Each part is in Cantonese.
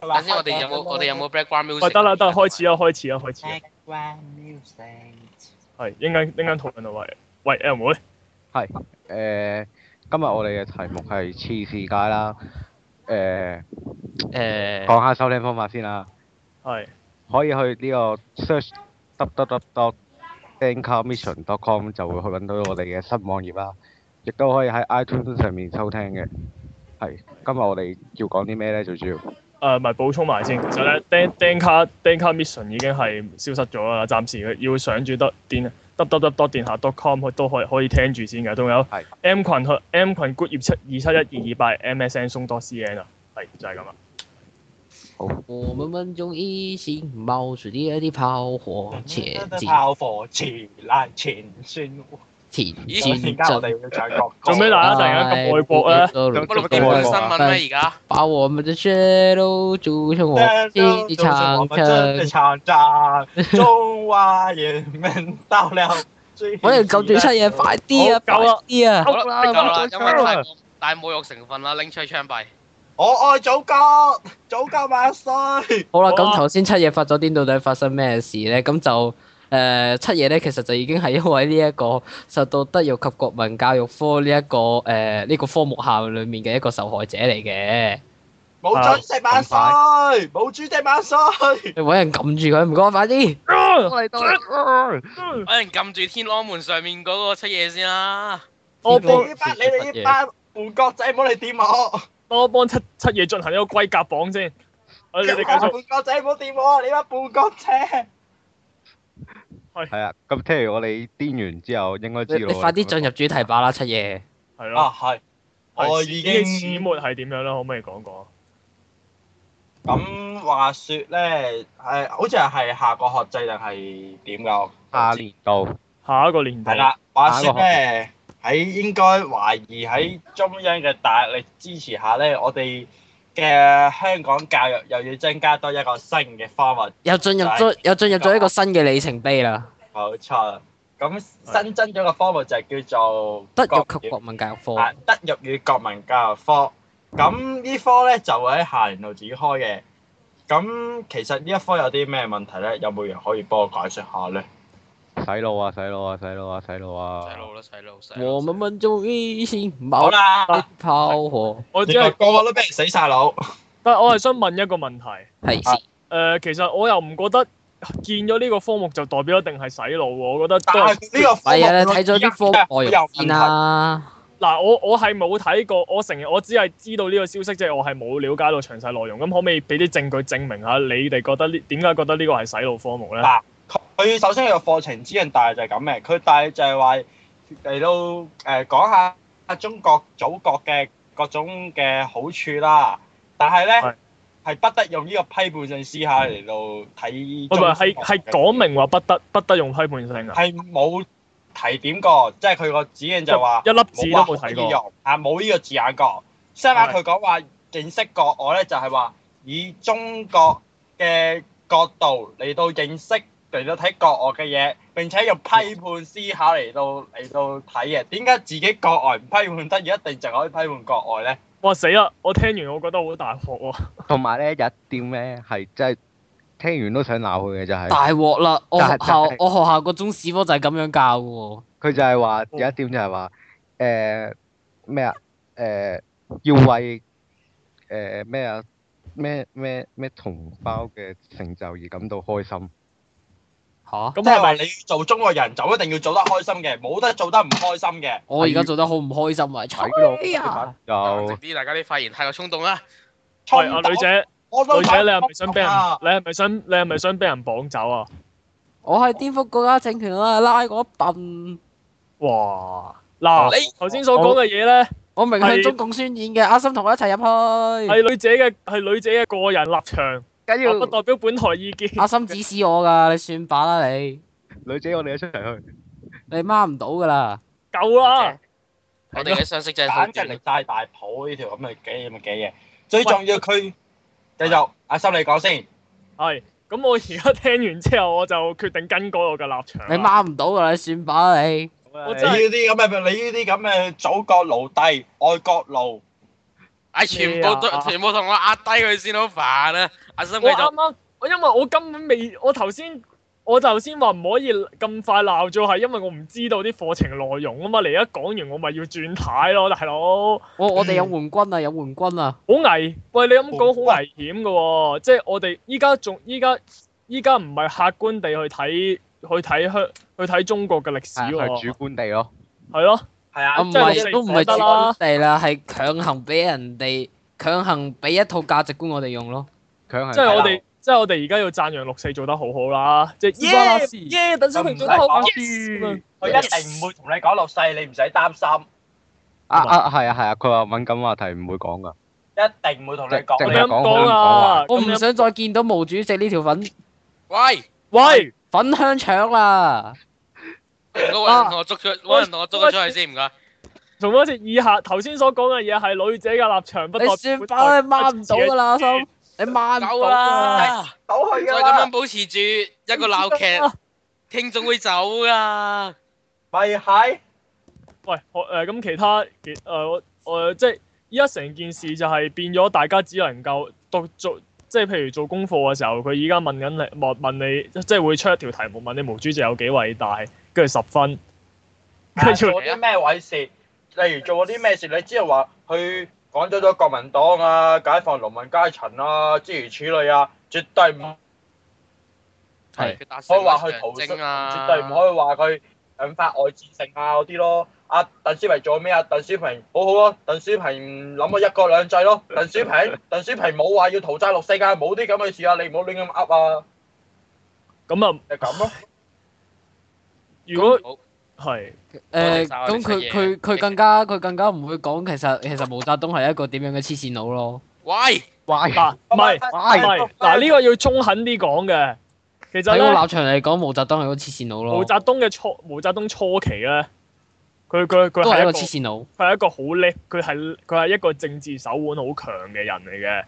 佢話等先，我哋有冇我哋有冇 background music？喂，哦得啦得啦，開始啦，開始啦，啊開始啦。 background music？係，一陣間一陣間討論到喂喂 L 妹，係誒、今日我哋嘅題目係黐線街啦。誒、誒講下收聽方法先啦，係可以去呢個 search www anchormission com 就會去揾到我哋嘅新網頁啦，亦都可以喺 iTunes 上面收聽嘅。係，今日我哋要講啲咩咧？最主要誒咪補充埋先，其實咧 Dan Dan 卡 Dan 卡 Mission 已經係消失咗啦，暫時佢要上住得電 www 電下 .com 佢都可以可以聽住先嘅，仲有係 M 群去 M 群 good 業七二七一二二八 MSN 松多 CN 啊，係就係咁啦。我们梦中一心冒出的一啲炮火，前进炮火前拉前宣，前咦而进家我就。哋要唱國歌。做咩啦大家咁愛國啊做乜乜錄咁啲愛本國新啊 Ờ. 聞咩？而家把我们的血肉筑成我们真的长城。長城，中華人民到了最。我哋九段七嘢，快啲啊！快好夠啦啲啊！好啦，好啦夠啦，因夠為太過大侮辱成分啦，拎出去槍斃。我愛祖國，祖國萬歲！好啦，好啊咁頭先七夜發咗癲，到底發生咩事咧？咁就誒、呃七夜咧，其實就已經係因為呢、一個受到德育及國民教育科呢、一個誒呢、個科目下裡面嘅一個受害者嚟嘅。冇主席萬歲，冇主席萬歲！你揾人撳住佢，唔該，快啲！我嚟到啦！揾人撳住天安門上面嗰個出嘢先啦。我你幫呢班你哋呢班叛國仔，唔好嚟掂我！我幫七七爺進行一個龜甲榜先，我哋繼你哋續。叛國仔，唔好掂我！你班叛國仔，係啊，咁聽完我哋癲完之後，應該你知道你快啲進入主題吧啦，七夜。係啊咯，係，係我始已呢啲始經。末係點樣啦？可唔可以講啊講？咁話說咧，係好似係下個學制定係點㗎？我下年度下一個年代係，啦，話說咧，喺應該懷疑喺中央嘅大力支持下咧，我哋嘅香港教育又要增加多一個新嘅科目，又進入咗，又進入咗一個新嘅里程碑啦！冇錯。咁新增咗個科目就係叫做德育國及語國民教育科啊，德育與國民教育科。咁呢科咧就會喺下年度展開嘅。咁其實呢一科有啲咩問題咧？有冇人可以幫我解釋下咧？洗腦啊，洗腦啊，洗腦啊，洗腦啊！細路啦，細路，細路。我們民族一心好冒出啦，的炮火，我你只係個，個都俾人死晒腦。但係我係想問一個問題。係啊誒、其實我又唔覺得見咗呢個科目就代表一定係洗腦喎，我覺得都但係係呢個科目係啊！你睇咗啲科內容先啦，嗱，我我係冇睇過，我承認我只係知道呢個消息，即係我係冇了解到詳細內容。咁可唔可以俾啲證據證明下你哋覺得呢點解覺得呢個係洗腦科目咧？嗱佢首先有課程指引，大係就係咁嘅。佢大係就係話嚟到誒、呃、講下中國祖國嘅各種嘅好處啦。但係係咧係不得用呢個批判性思考嚟到睇唔係唔中國嘅。係係係講明話不得不得用批判性啊，係冇提點過，即係佢個指引就話一粒字冇都話冇可睇以過。用啊，冇呢個字眼過。相反係佢講話認識國外咧，就係話以中國嘅角度嚟到認識嚟到睇國外嘅嘢，並且用批判思考嚟到嚟到睇嘅。點解自己國外唔批判得，而一定就可以批判國外咧？哇死啦！我聽完我覺得好大鑊喎、同埋咧，有一點咧係真係聽完都想鬧佢嘅就係、大鑊啦！我學但係校但係我學校個中史科就係咁樣教嘅喎，佢就係話有一點就係話誒咩啊誒要為誒咩啊咩咩咩同胞嘅成就而感到開心，吓？即咁係係咪話你做中國人就一定要做得開心嘅，冇得做得唔開心嘅。我而家做得好唔開心啊！睇到吹啊！冷靜就啲，大家啲發言太過衝動啦。喂，阿啊女姐，我都女姐，你係咪睇想俾人？啊你係咪想？你係咪想俾人綁走啊？我係顛覆國家政權啊！拉我笨！哇！嗱，你頭先所講嘅嘢咧。我明向中共宣言嘅，阿森同我一齊入去。係女姐嘅係女姐嘅個人立場，緊我不要代表本台意見。阿森指使我㗎，你算把啦你，女仔我哋一出嚟去，你掹唔到㗎啦！夠啦，我哋嘅相識就係簡好直短力大大譜呢條咁嘅幾咁嘅嘢。最重要佢繼續，阿心你講先。係。咁我而家聽完之後，我就決定更改我嘅立場啦。你掹唔到㗎啦，你算把啦你。我你真呢係啲咁嘅你呢啲咁嘅祖國奴隸、愛國奴，唉，全部咩都啊全部同我壓低佢先，好煩啊！阿森我佢啱就啱，我因為我根本未，我頭先我頭先話唔可以咁快鬧咗，係因為我唔知道啲課程內容啊嘛。你一講完，我咪要轉態咯，大佬。我我哋有援軍啊，有援軍啊！好危，喂你咁講好危險嘅喎，即係我哋依家仲依家依家唔係客觀地去睇去睇香去睇中國嘅歷史係主喎，觀地咯。係咯，係啊啊，唔即係係都唔係得主啦觀地啦，係強行俾人哋強行俾一套價值觀我哋用咯。強即係啊係我哋即係我哋而家要讚揚六四做得好好啦，即係關啦事耶耶，鄧小平做得好關啦 yes 咁樣佢一定唔會同你講六四，你唔使擔心，啊啊係啊係啊，佢話敏感話題唔會講㗎。一定唔會同你講。即咁係樣你講講啊，我咁唔樣想再見到毛主席呢條粉喂，喂，粉香腸啦。唔該揾人同我捉咗，揾人同我捉咗出去先，唔該。重複一次，以下頭先所講嘅嘢係女仔嘅立場，不代你表算包你掹唔到㗎啦，阿心，你掹唔到啊夠㗎啦。啦！到佢再㗎咁啦樣，保持住一個 鬧劇，聽眾會走噶。咪係喂，我誒咁其他其誒我我即係依家成件事就係變咗，大家只能夠讀做，即係譬如做功課嘅時候，佢依家問緊你問問你，即係會出一條題目問你毛主席有幾偉大，跟住十分，跟住做啲咩偉事？例如做過啲咩事？你知道話佢趕走咗國民黨啊、解放農民階層啊，諸如此類啊，絕對唔係佢打可死以話佢象屠徵殺，啊！絕對唔可以話佢引發外戰性啊嗰啲咯。阿鄧小平做咩啊？鄧小平好好咯，鄧小平諗過一國兩制咯。鄧小 平，鄧小平冇話要屠殺六四㗎，冇啲咁嘅事啊！你唔好亂咁噏啊，咁啊，就咁咯。如果好係誒，多謝晒我哋咁出佢嘢佢佢更加佢更加唔會講，其實其實毛澤東係一個點樣嘅黐線佬咯。喂，哇！嗱，唔啊係唔唔係嗱呢個要中肯啲講嘅，其實喺我咧立場嚟講，毛澤東係個黐線佬毛咯，澤東嘅初毛澤東初期咧，佢佢佢都係係一一個個黐線佬。佢係一個好叻，佢係佢係一個政治手腕好強嘅人嚟嘅。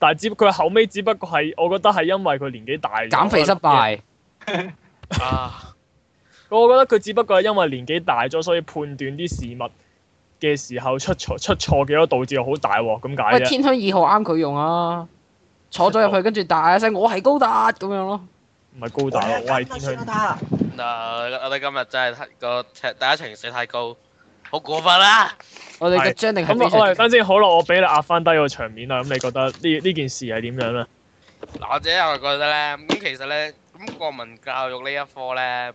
但係只佢後尾只不過係，我覺得係因為佢年紀大咗減肥失。敗，啊，我覺得佢只不過係因為年紀大咗，所以判斷啲事物嘅時候出錯出錯幾多，導致好大鑊咁解喂，啫。天香二號啱佢用啊！坐咗入去，跟住大一聲，我係高達咁樣咯。唔係高大咯，我係天香。嗱，我哋今日真係太個大家情緒太高，好過分啦！我哋嘅係張定係咁非啊，喂，常等先，好啦，我俾你壓翻低個場面啦。咁你覺得呢呢件事係點樣咧？ 嗱，我自己又覺得咧，咁其實咧，咁國民教育呢一科咧，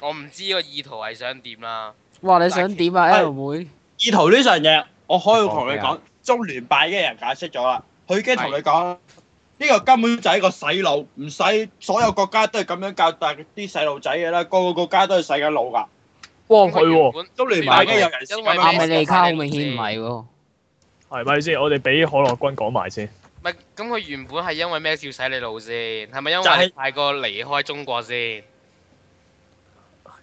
我唔知個意圖係想點啦。哇！你想點啊喂，L 妹？意圖呢樣嘢，我可以同你你講咩講，中聯辦已經有人解釋咗啦，佢已經同你講，呢個根本就係一個洗腦，唔使所有國家都係咁樣教大啲細路仔嘅啦，個個國家都係洗緊腦㗎。哇，因為係喎，原本中聯辦已經有人試因為咁亞樣美咩利卡好明顯唔係喎。係咪先？我哋俾可樂君講埋先。唔係咁，佢原本係因為咩要洗你腦先？係咪因就為係你太過離開中國先？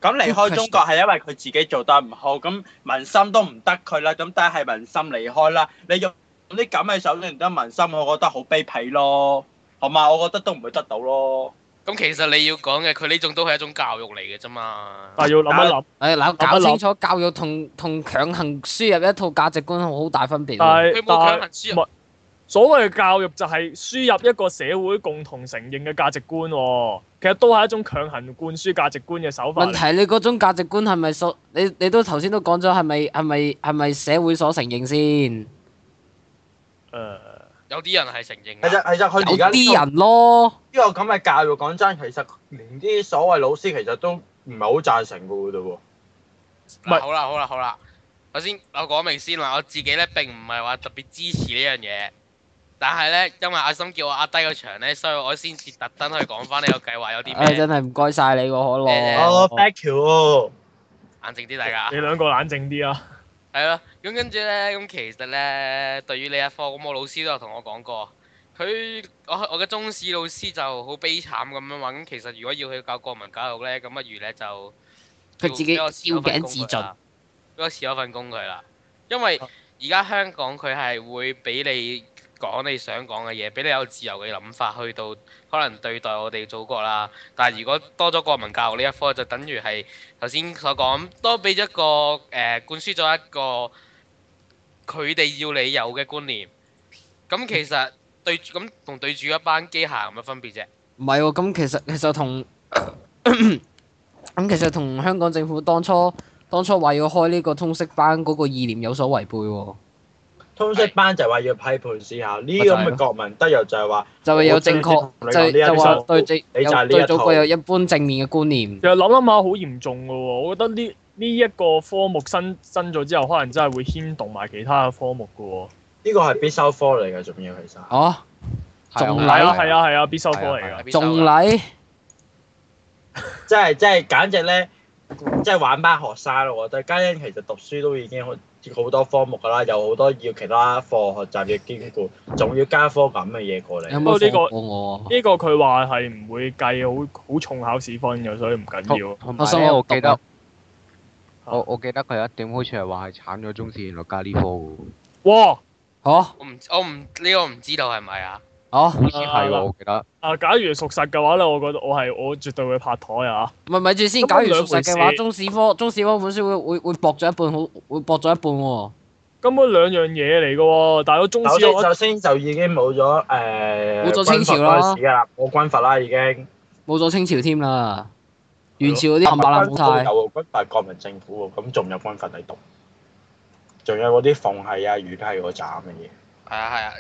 咁離開中國係因為佢自己做得唔好，咁民心都唔得佢啦，咁但係民心離開啦，你用啲咁嘅手段得民心，我覺得好卑鄙咯，同埋我覺得都唔會得到咯。咁其實你要講嘅，佢呢種都係一種教育嚟嘅啫嘛。但係要諗一諗，誒，哎嗱，諗搞一諗清楚教育同同強行輸入一套價值觀好大分別但喎。佢係但冇係強。行輸入所謂嘅教育就係輸入一個社會共同承認嘅價值觀喎、其實都係一種強行灌輸價值觀嘅手法問嚟。題你嗰種價值觀係咪所你你都頭先都講咗係咪係咪係咪社會所承認先？誒有啲人係承認啊其㗎。實其實佢有而家啲人咯。呢個咁嘅教育講真，其實連啲所謂老師其實都唔係好贊成嘅喎，啫喎。哦唔係嗱好啦好啦好啦，首先我講明先啦，我自己咧並唔係話特別支持呢樣嘢，但係咧因為阿森叫我壓低個場咧，所以我先至特登去講翻呢個計劃有啲唉，咩，真係唔該晒你喎，可誒樂。哦 thank you。冷靜啲大家你。兩個冷靜啲啊！係咯，咁跟住咧，咁其實咧，對於呢一科，咁我老師都有同我講過，佢我我嘅中史老師就好悲慘咁樣話，咁其實如果要去教國民教育咧，咁不如咧就佢自己俾我辭咗份吊頸工佢自盡哦啦，俾我辭咗份工佢啦，因為而家香港佢係會俾你講你想講嘅嘢，俾你有自由嘅諗法，去到可能對待我哋祖國啦。但係如果多咗國民教育呢一科，就等於係頭先所講，多俾咗一個誒、呃灌輸咗一個佢哋要你有嘅觀念。咁其實對住咁同對住一班機械有乜分別啫？唔係喎，咁其實其實同 咁其實同香港政府當初當初話要開呢個通識班嗰個意念有所違背喎，通識班就係話要批判思考，呢啲咁嘅國民德育就係話就係有正確我就最就話同對你講呢正一套你就係有呢一對祖套國有一般正面嘅觀念其。實諗諗下好嚴重嘅喎，我覺得呢呢一個科目新增咗之後，可能真係會牽動埋其他嘅科目嘅喎。呢個係必修科嚟嘅，仲要其實。哦，係仲啊係啊禮係啊係啊，必修科嚟係啊㗎。仲禮即係即係簡直咧，即係玩班學生咯。我覺得家欣其實讀書都已經好好多科目㗎啦，有好多要其他課學習要兼顧，仲要加科咁嘅嘢過有嚟。冇不過呢個放過我啊？呢個佢話係唔會計好好重考試分嘅，所以唔緊要。同我埋想咧，我我記讀得啊我我記得佢有一點好似係話係鏟咗中史原來加呢科喎，哇！哦我唔我唔呢個唔知道係咪啊？哦，好似係喎，我記得。啊，假如屬實嘅話咧，我覺得我係我絕對會拍台啊！咪咪住先。咁假如兩屬實回嘅話，事中史科中史科本書會會會薄咗一半，好會薄咗一半喎。根本兩樣嘢嚟嘅喎，大佬中首史先我首先就已經冇咗誒冇冇咗清朝啦嗰陣時㗎啦，冇軍閥啦已經。冇咗清朝添啦，元朝嗰啲冚唪唥冇軍閥晒。有軍閥國民政府喎，咁仲有軍閥喺度，仲有嗰啲奉系啊、粵系嗰扎咁嘅嘢。係啊係啊。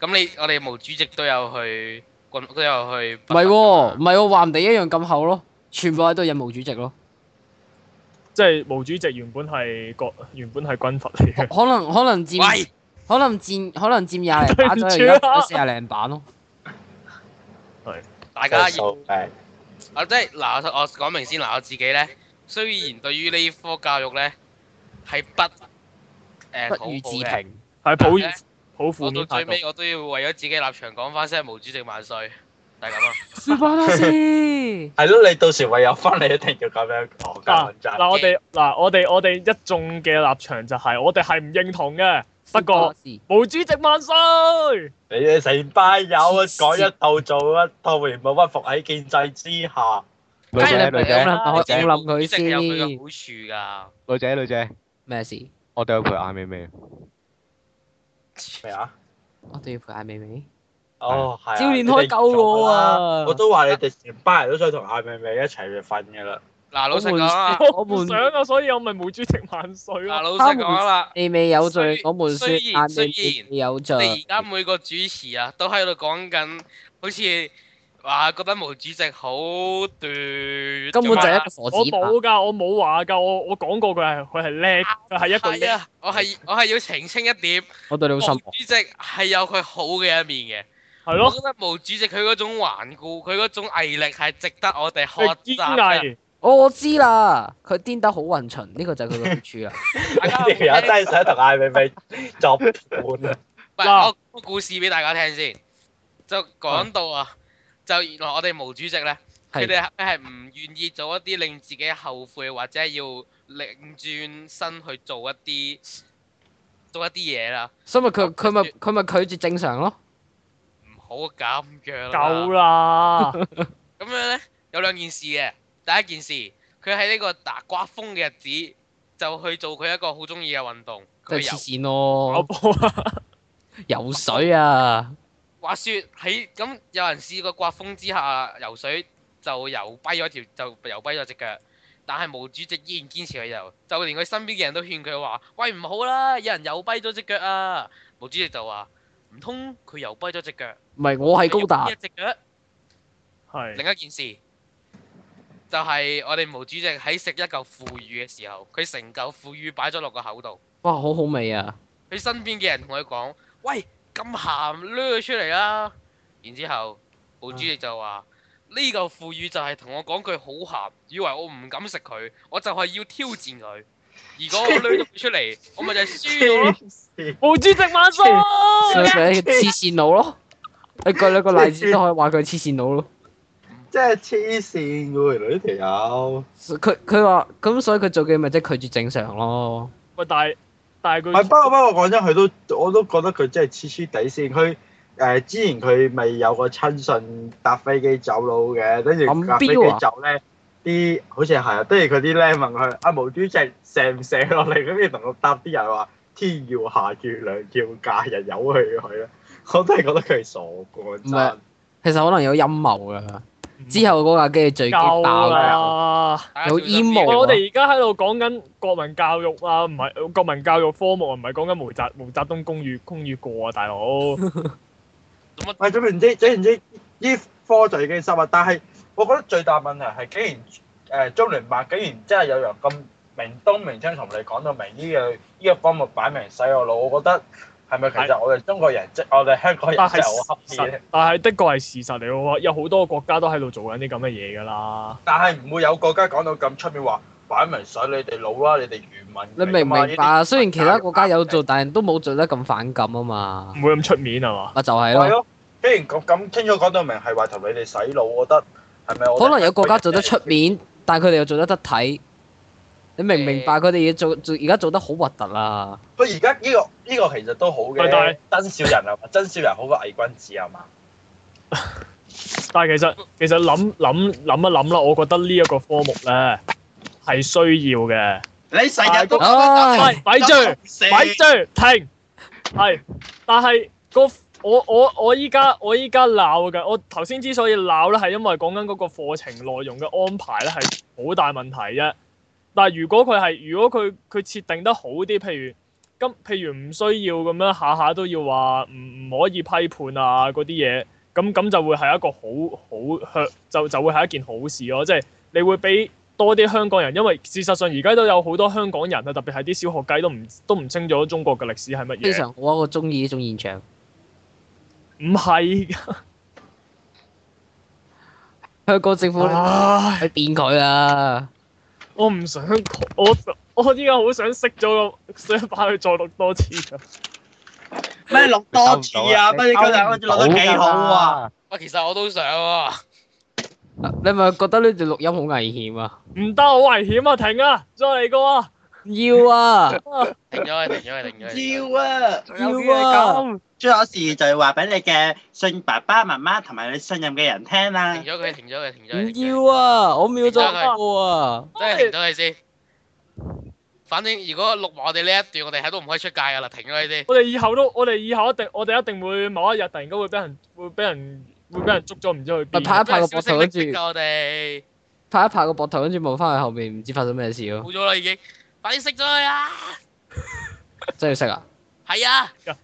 咁你我哋毛主席都有去軍都有去唔北係伐㗎嘛。喎，唔係喎，話唔定一樣咁厚咯，全部喺度印毛主席咯。即係毛主席原本係國原本係軍閥嚟可 嘅。可能可能佔喂，可能佔可能佔廿零版左右，對而唔家住變啊咗四廿零版咯。大家要數誒啊，即係嗱，我我講明先嗱，我自己咧，雖然對於呢科教育咧係不誒、呃、不予置好嘅，評。係但係普咧好負我到最面態度。尾我都要為咗自己立場講翻聲毛主席萬歲，就係咁 啦。斯巴拉 斯。係咯，你到時唯有翻你一定要咁樣講嗱啊㗎，真係啊嗱，我哋嗱我哋我哋一眾嘅立場就係我哋係唔認同嘅，不過斯毛主席萬歲！你哋成班友啊，黐線講一套做一套，完冇屈服喺建制之下。女巴拉斯。梗係仔你女仔咪咁啦，咪可以你知咁毛諗主佢席有佢嘅先。好女仔女仔，咩事？我哋去陪眼美美。咩啊？我哋要陪艾美美。哦，係啊。少年開救我啊你哋做㗎啦我都話你哋成班人都想同艾美美一齊去瞓 㗎啦。處㗎。嗱，老實講啊，我我唔們想啊，所以我咪毛主席萬歲嗱，咯。老實講 啦，你未有罪，雖我們說雖然眼雖然未你有罪。你而家每個主持啊，都喺度講緊，好似話覺得毛主席好短，根本就係一個傻我子嘛冇㗎，我冇話㗎，我我講過佢係佢係叻，佢係一個係叻。啊，我係我係要澄清一點。我對你好毛失主席係有佢好嘅一面嘅，係我咯，覺得毛主席佢嗰種頑固，佢嗰種毅力係值得我哋學佢習啊堅 嘅。毅，望。哦我知啦，佢癲得好混巡，呢個就係佢嘅好處啦。大家你有哋有冇聽？真係想同艾美美作伴啊？唔係嗱我講個故事俾大家聽先，就講到啊，就原來我哋毛主席咧，佢係哋係係唔願意做一啲令自己後悔或者要擰轉身去做一啲做一啲嘢啦，所以咪佢佢咪佢咪拒絕正常咯。唔好咁樣啦夠。 啦。咁樣咧有兩件事嘅，第一件事佢喺呢個打刮風嘅日子就去做佢一個好中意嘅運動，即佢係黐游線跑咯，步啊！游水啊，話説喺咁有人試過刮風之下游水就游跛咗條就游跛咗只腳，但係毛主席依然堅持去游，就連佢身邊嘅人都勸佢話：喂唔好啦，有人游跛咗只腳啊！毛主席就話：唔通佢游跛咗只腳？唔係我係高達一，隻腳。係另一件事就係、我哋毛主席喺食一嚿腐乳嘅時候，佢成嚿腐乳擺咗落個口度，哇好好味啊！佢身邊嘅人同佢講：喂，咁鹹，掠佢出嚟啦！然之後毛主席就話：呢嚿腐乳就係同我講句好鹹，以為我唔敢食佢，我就係要挑戰佢。如果我掠咗佢出嚟，我咪就係輸咗咯。毛黐線主席萬歲！所以佢係黐線佬咯。你舉兩個例子都可以話佢係黐線佬咯。 真係黐線喎！原來呢條友。佢佢話咁，所以佢做嘅咪即係拒絕正常咯。喂，但係但係唔係，佢不過不過講真，佢都我都覺得佢真係黐黐地線。佢誒、之前佢咪有個親信搭飛機走佬嘅，跟住暗搭飛標啊機走咧，啲好似係啊，跟住佢啲咧問佢啊毛主席射唔射落嚟，跟住同佢搭啲人話天要下月亮要嫁人由佢佢啦，我都係覺得佢係傻嘅唔係真。其實可能有陰謀噶。之後嗰架機係最激夠爆嘅，啦！大家有小心啲 emo 啊啊我哋而家喺度講緊國民教育啊，唔係國民教育科目啊，唔係講緊毛澤毛澤東公與公與過啊，大 佬。唔係總言之，總言之，呢科就已經收啦。但係我覺得最大問題係，竟然誒、呃中聯辦竟然真係有人咁明東明槍同你講到明呢、個呢、個科目擺明洗我腦，我覺得係咪其實我哋中國人即我哋香港人但真係好係黑實嘅，，但係的確係事實嚟嘅喎，有好多國家都喺度做緊啲咁嘅嘢㗎啦。但係唔會有國家講到咁出面話擺明洗你哋腦啦，你哋愚民嚟㗎嘛。你明唔明白呢啊？啲雖然其他國家有做，但係都冇做得咁反感啊嘛唔。會咁出面係嘛？啊，就係咯，係咯，既然咁咁清楚講到明係話同你哋洗腦，我覺得係咪我哋可能有國家做得出面，但係佢哋又做得得體。你明唔明白？誒佢哋要做做而家做得好核突啊！不過而家呢個呢、個其實都好但係嘅，真小人啊嘛，真小人好過偽君子啊嘛。但係其實其實諗諗諗一諗啦，我覺得呢一個科目咧係需要嘅。你成日都唉，喂，咪住！咪咪住，停。係，但係個我我我依家我依家鬧嘅，我頭先之所以鬧咧，係因為講緊嗰個課程內容嘅安排咧係好大問題啫。但係如果佢係如果佢佢設定得好啲，譬如咁譬如唔需要咁樣下下都要話唔唔可以批判啊嗰啲嘢，咁咁就會係一個好好向就就會係一件好事咯，即係你會俾。多啲香港人，因為事實上而家都有好多香港人啊，特別係啲小學雞都唔都唔清楚中國嘅歷史係乜嘢。非常好啊！我中意呢種現場。唔係香港政府啊唉，去變佢啊！我唔想講我我依家好想熄咗個，想翻去再錄多次啊！咩錄多次啊？不如嗰陣我哋錄得幾好啊！！喂，其實我都想喎。你係咪覺得呢段錄音好危險啊？唔得，好危險啊！停啊，再嚟過啊！要 啊！停咗佢，停咗佢，停咗佢。要啊！要啊！最有事就係話俾你嘅信爸爸媽媽同埋你信任嘅人聽啦停。咗佢，停咗佢，停咗唔佢。停咗佢要啊！我秒咗個啊！真係停咗佢先。反正如果錄埋我哋呢一段，我哋喺都唔可以出街噶啦，停咗佢先。我哋以後都，我哋以後一定，我哋一定會某一日突然間會俾人，會俾人，會俾人捉咗，唔知去咪拍邊。一拍個消膊息頭，跟住匿㗎我哋拍一拍個膊頭，跟住望翻去後面，唔知發生咩事咯。冇咗啦已經，快啲熄咗佢啊！真係要識啊！係啊。